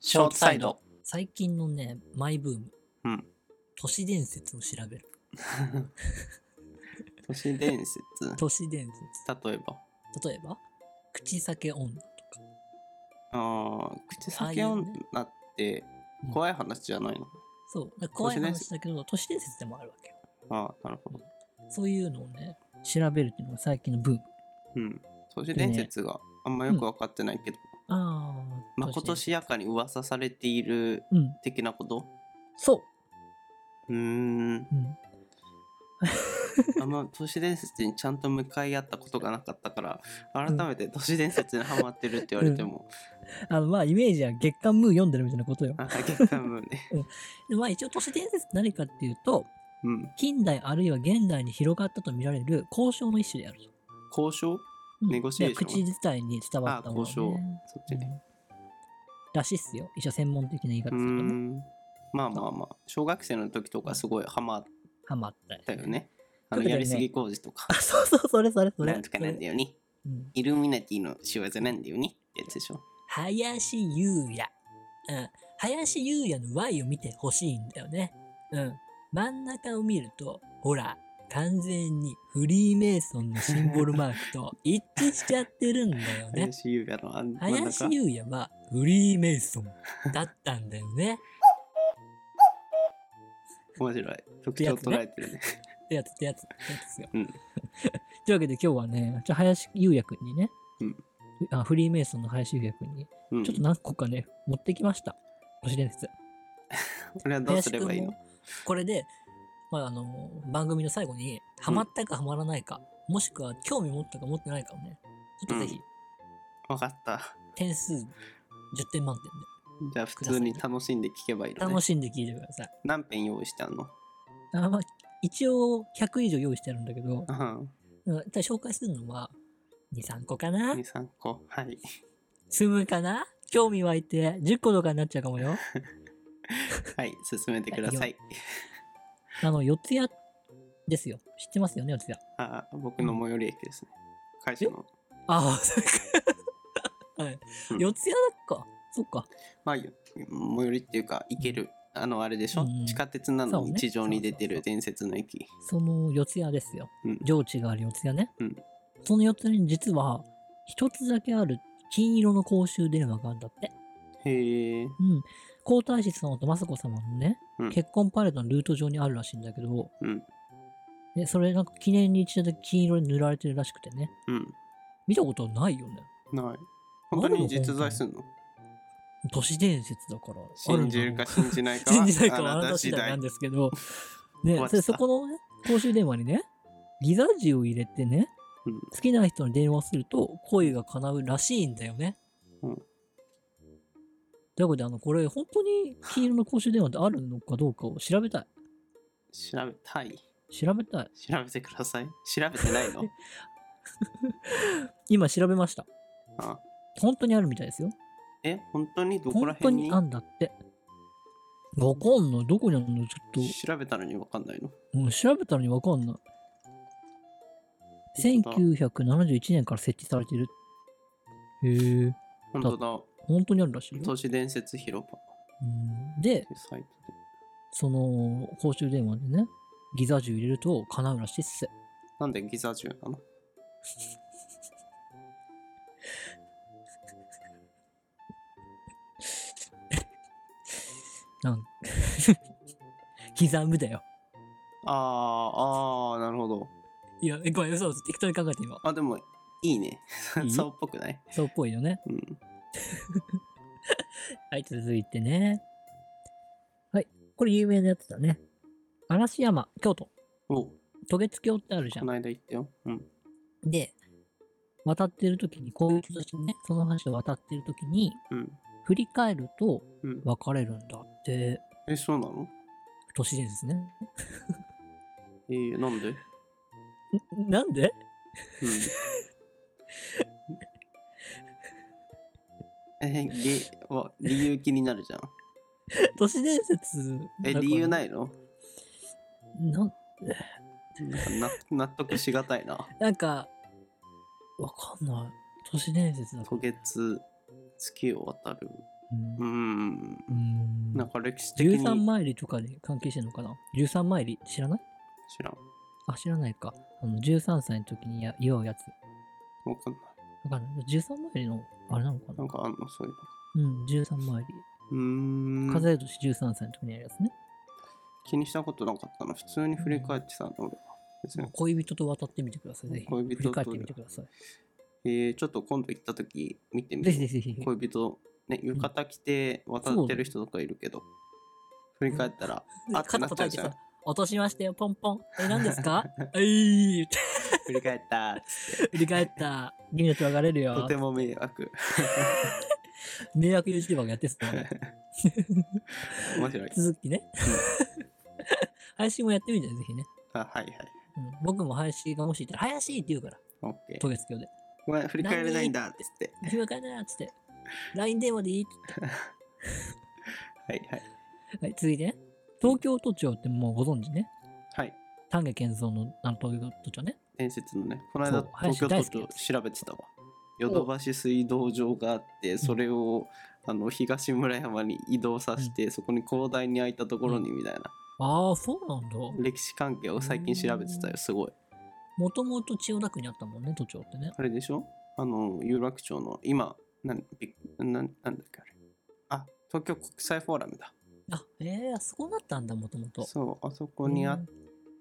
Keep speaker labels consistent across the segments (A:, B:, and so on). A: ショートサイド。
B: 最近のね、マイブーム。
A: うん
B: 都市伝説を調べる。
A: 都市伝説。
B: 都市伝
A: 例えば。
B: 説。例えば、口裂け女とか。
A: ああ、口
B: ああい
A: 先
B: う
A: 女
B: ね
A: って
B: うん
A: 怖い話じゃないの、
B: そう。だから怖い
A: 都市伝説
B: 話だけど、都市伝説でもあるわけよ。
A: ああ、なるほど。
B: そういうのをね、調べるっていうのが最近のブーム。
A: うん。都市伝説があんまよく分かってないけど、
B: ああ。
A: まことしやかに噂されている
B: 都市伝説。うん。
A: 的なこと
B: そう
A: ー ん。
B: う。うん。
A: あんま都市伝説にちゃんと向かい合ったことがなかったから、改めて都市伝説にハマってるって言われても、
B: あの、まあ、イメージは月刊ムー読んでるみたいなことよ。
A: あ結果無ね。
B: でまあ、一応都市伝説って何かっていうと、
A: うん。
B: 近代あるいは現代に広がったと見られる交渉の一種であると。
A: 交渉
B: うん
A: ネゴシエーション
B: で口自体に伝わ
A: あ
B: った
A: あ、
B: もの、ね。
A: 交渉。そっち
B: う
A: ね。
B: んらしいっすよ。一応専門的な言い方
A: うー
B: するとね。
A: ん。まあまあまあ、小学生の時とかすごいハマっ
B: ハマったり
A: たよ。ね。あの、
B: 特にね
A: やりすぎ工事とか
B: あ、。そうそう、それそれそれ。
A: なんとかなんだよね。
B: うん
A: イルミナティの仕業なんだよね。ってやつでしょ。
B: 林優也。うん。林優也の Y を見てほしいんだよね。うん。真ん中を見ると、ほら、完全にフリーメイソンのシンボルマークと一致しちゃってるんだ よね。
A: 林優雅のあん真ん中
B: 林。優也はフリーメイソンだったんだよね。
A: 面白い。特徴捉えてるね。
B: ってやつってやつってやつですよ。
A: うん
B: というわけで今日はね、じゃあ林優也くんにね、
A: うん
B: あ、フリーメイソンの林優也くんに、
A: うん
B: ちょっと何個かね、持ってきました。都市伝説。
A: それはどうすればいい
B: 林くん
A: の
B: もこれで、まあ、あの、番組の最後に、ハマったかハマらないか、もしくは興味持ったか持ってないかをね、ちょっとぜひ、
A: うわかった。
B: 点数10点満点
A: じゃあ普通に楽しんで聞けばいい
B: で、
A: のね
B: 楽。しんで聞いてください。
A: 何編用意してあんの
B: あまあ、一応100以上用意してあるんだけど、
A: うん。
B: うんただ紹介するのは、2、3個か
A: 2、
B: な
A: 3個。はい。
B: 済むかな興味湧いて、10個とかになっちゃうかもよ。
A: はい。進めてください。
B: あの、四谷ですよ。知ってますよね、四谷。
A: あー僕の最寄り駅ですね。会社の。
B: ああ、それか。はい。
A: うん
B: 四谷だっか。そっか。
A: まあ、よ最寄りっていうか、行ける。あの、あれでしょ、
B: うん
A: 地下鉄なの
B: そう
A: に
B: ね
A: 地上に出てる伝説の駅。
B: その四谷ですよ。
A: うん
B: 上智がある四谷ね。
A: うん
B: その四谷に実は、一つだけある金色の公衆電話があるんだって。
A: へえ。
B: うん。皇太子様と雅子様のね、
A: うん
B: 結婚パレードのルート上にあるらしいんだけど、
A: うん。
B: でそれなんか記念に一度だけ金色に塗られてるらしくてね。
A: うん。
B: 見たことないよね。
A: ない。本当に実在すんの
B: 都市伝説だから。あ
A: 信
B: んだ
A: じ
B: ろう
A: るか信じないかは
B: 信じないかはあ
A: あ
B: な
A: な
B: た
A: た
B: 次
A: 次
B: 第な
A: 第
B: ん。ですけど、ね
A: 壊、
B: そ
A: し
B: れ
A: た
B: そこのね、公衆電話にね、ギザ字を入れてね、
A: うん
B: 好きな人に電話すると恋が叶うらしいんだよね。
A: うん
B: ということで、あの、これ本当に金色の公衆電話ってあるのかどうかを調べたい。
A: 調べたい。
B: 調べたい。
A: 調べてください。調べてない の
B: 今調べました。
A: あ
B: 本当にあるみたいですよ。
A: え、本当にどこら
B: 本当
A: 辺
B: に
A: に
B: あんだって。わかんない。どこにあるのちょっ
A: 調べたのにわかんないの
B: と、うん、調べたのにわかんない。
A: 本当だ
B: 1971年から設置されている。へえ。
A: 本当だ。
B: 本当にあるらしいよ。
A: 都市伝説広場っ
B: うんで、
A: てサイトで。
B: その公衆電話でね、ギザ銃入れると叶うらしいっす。
A: なんでギザ銃なの
B: なん刻むだよ。
A: あー、あー、なるほど。
B: いや、えごめん、嘘嘘。適当に考えて今。
A: あ、でも、いいね
B: いい。
A: そうっぽくない
B: そうっぽいよね。
A: うん。
B: はい、続いてね。はい、これ有名なやつだね。嵐山、京都。
A: おこ
B: 渡月橋ってあるじゃん
A: の。間言ったよ。うん。
B: で、渡ってる時に、こういう人たちね、その橋を渡ってる時に、
A: うん。
B: 振り返ると
A: うん。
B: 別れるんだって、
A: え、そうなの
B: 都市伝説ね。
A: えー、なんでうん。
B: んなんで
A: えー、げわ理由気になるじゃん。
B: 都市伝説
A: え、理由ないいの
B: な
A: なんかな納得しがたいな。
B: なんかわかんない都市伝説だ
A: 渡月月を渡るう
B: うん
A: ん。
B: うん
A: なんか歴史的に
B: 13参りとかで関係してるのかな ?13 参り知らない
A: 知らん。
B: あ、知らないか。あの、13歳の時にや祝うやつ。
A: わかんない。
B: わかんない。13参りの、あれなのか
A: な
B: なん
A: かあんのそういう
B: うん、13参り。
A: の。うーん。
B: 数え年13歳の時にやるやつね。
A: 気にしたことなかったな。普通に振り返ってたの俺は。別に。
B: 恋人と渡ってみてください。ぜひ。
A: 恋人と
B: 振り返ってみてください。
A: えー、ちょっと今度行った時見てみ
B: ぜ
A: る
B: ひ。ぜひぜひ。
A: 恋人、ね、浴衣着て渡ってる人とかいるけど、振り返ったら、あってな
B: 肩
A: っちゃ
B: 叩
A: う
B: いて
A: じゃん
B: さ。、落としまし たよ、ポンポン。え、何ですかえいって
A: 振り返ったっつって。
B: 振り返った。君たち別れ
A: と
B: る よ
A: て。も迷惑。
B: 迷惑 YouTuber がやってっすからね。
A: 面白い。
B: 続きね。 配信もやってみてね、ぜひね。
A: あ、はいはい。
B: うん、僕も林がもしいたら、林って言うから、
A: オッケー。
B: 渡月橋で。
A: ごめん、振り返れないんだっつって。
B: 今からだなっつって。LINE 電話でいいっつっ
A: はいはい。
B: て。はい、続いてね。東京都庁ってもうご存知ね。
A: はい。
B: 丹下健三のあの東京都庁ね。
A: 伝説のね、この間
B: そう
A: 東京都
B: 林大好
A: 庁
B: きです
A: 調べてたわ。ヨドバシ水道場があって、それをあの東村山に移動させて、そこに広大に空いたところにみたいな、
B: ああ、そうなんだ。
A: 歴史関係を最近調べてたよ、すごい。
B: もともと千代田区にあったもんね、都庁ってね。
A: あれでしょあの、有楽町の今、なんびなんなんだっけあれ。あ、東京国際フォーラムだ。
B: あ、ええあそこだったんだ、もともと。
A: そう、あそこにあっ
B: うん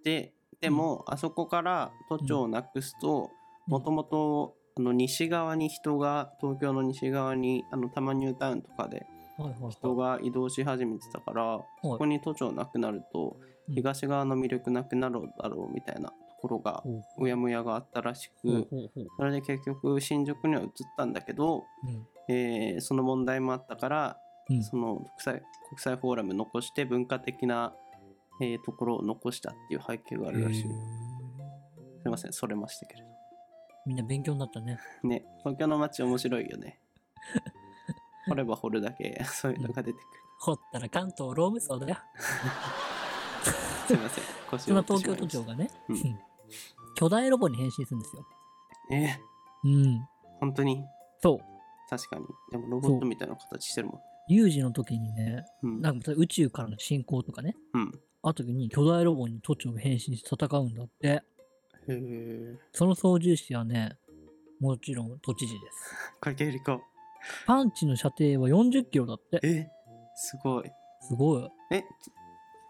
A: ででも、あそこから都庁をなくすともともと西側に人が東京の西側にあの多摩ニュータウンとかで
B: はいはいはい
A: 人が移動し始めてたから、そこに都庁なくなると
B: うん
A: 東側の魅力なくなるだろうみたいなところが
B: ほう
A: うやむやがあったらしく、
B: ほうほうほう。
A: それで結局新宿には移ったんだけど、
B: うん。
A: えーその問題もあったから
B: うん。
A: その国際国際フォーラム残して文化的な、えーところを残したっていう背景があるらしい。
B: へえ
A: すいません、それましたけれ
B: みんな勉強になったね。
A: ど。ね、東京の街面白いよね。掘れば掘るだけ、そういうのが出て
B: 掘ったら関東ローム層だよ。
A: くる。すいません、腰
B: そん
A: を
B: な
A: 折って
B: 東
A: しまいました
B: 京都庁がね、
A: うん
B: 巨大ロボに変身するんですよ。
A: え
B: うん。
A: ー、本当に
B: そう。
A: 確かに。でもロボットみたいな形してるもん。
B: 有事の時にね、
A: うん。
B: なんか宇宙からの侵攻とかね、
A: うん、
B: あった時に巨大ロボに都庁が変身して戦うんだって。
A: へえ。
B: その操縦士はね、もちろん都知事です。
A: かけるか。
B: パンチの射程は40キロだって。
A: えすごい。
B: すごい。
A: え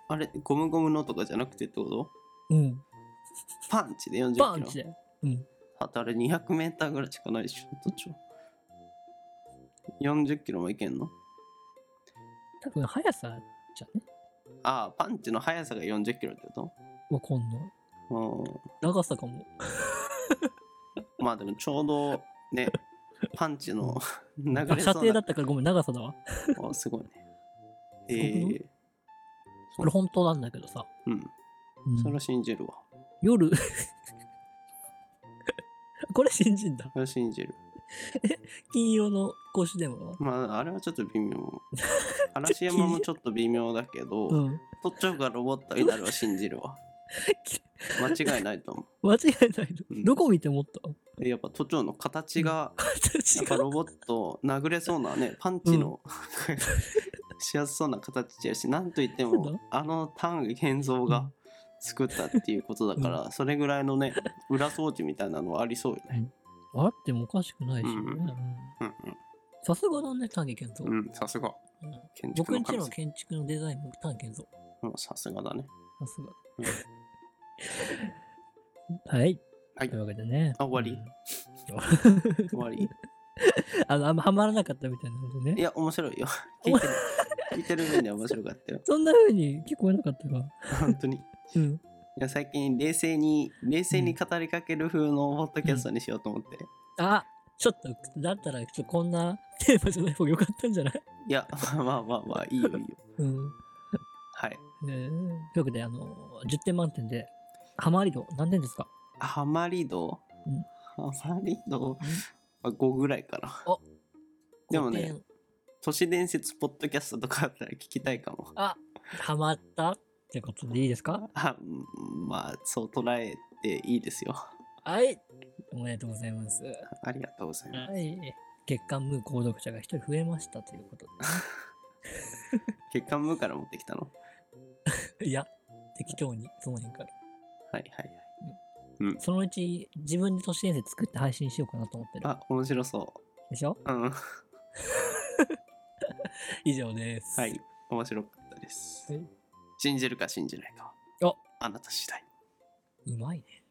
A: あれ、ゴムゴムのとかじゃなくてってこと
B: うん。
A: パンチで40キロ。
B: パンチで。うん。
A: あとあれ200メーターぐらいしかないでしょ、都庁。40キロもいけんの
B: 多分速さじゃね。
A: ああ、パンチの速さが40キロってこ
B: わかんない。
A: とうん。
B: 長さかも。
A: まあでもちょうどね、パンチの 流
B: あ
A: れ
B: 射
A: そう
B: 程だ
A: な
B: ったからごめん、長さだわ。
A: おすごいね。え
B: ごくない
A: ー、
B: これ本当なんだけどさ。
A: うん、
B: うん
A: それは信じるわ。
B: 夜 これ信じんだ
A: それは信じる。
B: 金色の公衆電話は
A: まああれはちょっと微 妙。嵐山もちょっと微妙だけど、
B: う
A: 都
B: ん
A: 庁がロボットになるは信じる わ。間違いないと思
B: 間違いない
A: うん
B: のどこ見て思った
A: う。 でやっぱ都庁の形が、や
B: 形
A: っぱ
B: が
A: ロボット殴れそうな ね、パンチの、 しやすそうな形してるし、なんといって
B: そう
A: も
B: だ、
A: あの丹下健三が、
B: うん
A: 作ったっていうことだから、それぐらいのね裏装置みたいなのはありそうよね。
B: あってもおかしくないしね
A: うん
B: うんさすがだね丹下健三
A: うんうん、さすが
B: うん
A: 建築
B: 僕
A: の
B: んち
A: 神
B: の
A: 様
B: 建築のデザインも丹下健三
A: うんさすがだ ね。
B: さすが
A: うん
B: はい
A: はい
B: というわけでね
A: あ終わ
B: り
A: 終わり。
B: あのあんまハマらなかったみたいなので
A: い
B: ね
A: や面白い よ。聞いてる 聞いてる分には面白かったよ。
B: そんな風に聞こえなかったか
A: 本当に。い
B: うん
A: や最近冷静に冷静に語りかける風のポッドキャストにしようと思って。
B: あちょっと、だったら、ちょっとこんなテーマじゃない方が良かったんじゃない
A: いやまあまあまあまあいいよいいよ。
B: うん。
A: はい。
B: ねえというわけで、あの、10点満点で、ハマり度何点ですか
A: ハマリド
B: うん。
A: ハマリドは5ぐらいかな。でもね
B: 5点
A: 都市伝説ポッドキャストとかあったら聞きたいかも。
B: あ、ハマったってことでいいですか
A: あうんまあそう捉えていいですよ。
B: はい。おめでとうございます。
A: ありがとうございます。
B: はい。月刊ムー購読者が一人増えましたということ
A: 血管ムーから持ってきたの
B: で。い や、適当に、その辺から。
A: はいはいはい。
B: そのうち自分で都市伝説作って配信しようかなと思ってる。
A: あ、面白そ
B: でしょ
A: う。うん。
B: 以上です。
A: はい。面白かったです
B: はい。
A: 信じるか信じないかは
B: あ
A: あなた次第。
B: うまいね。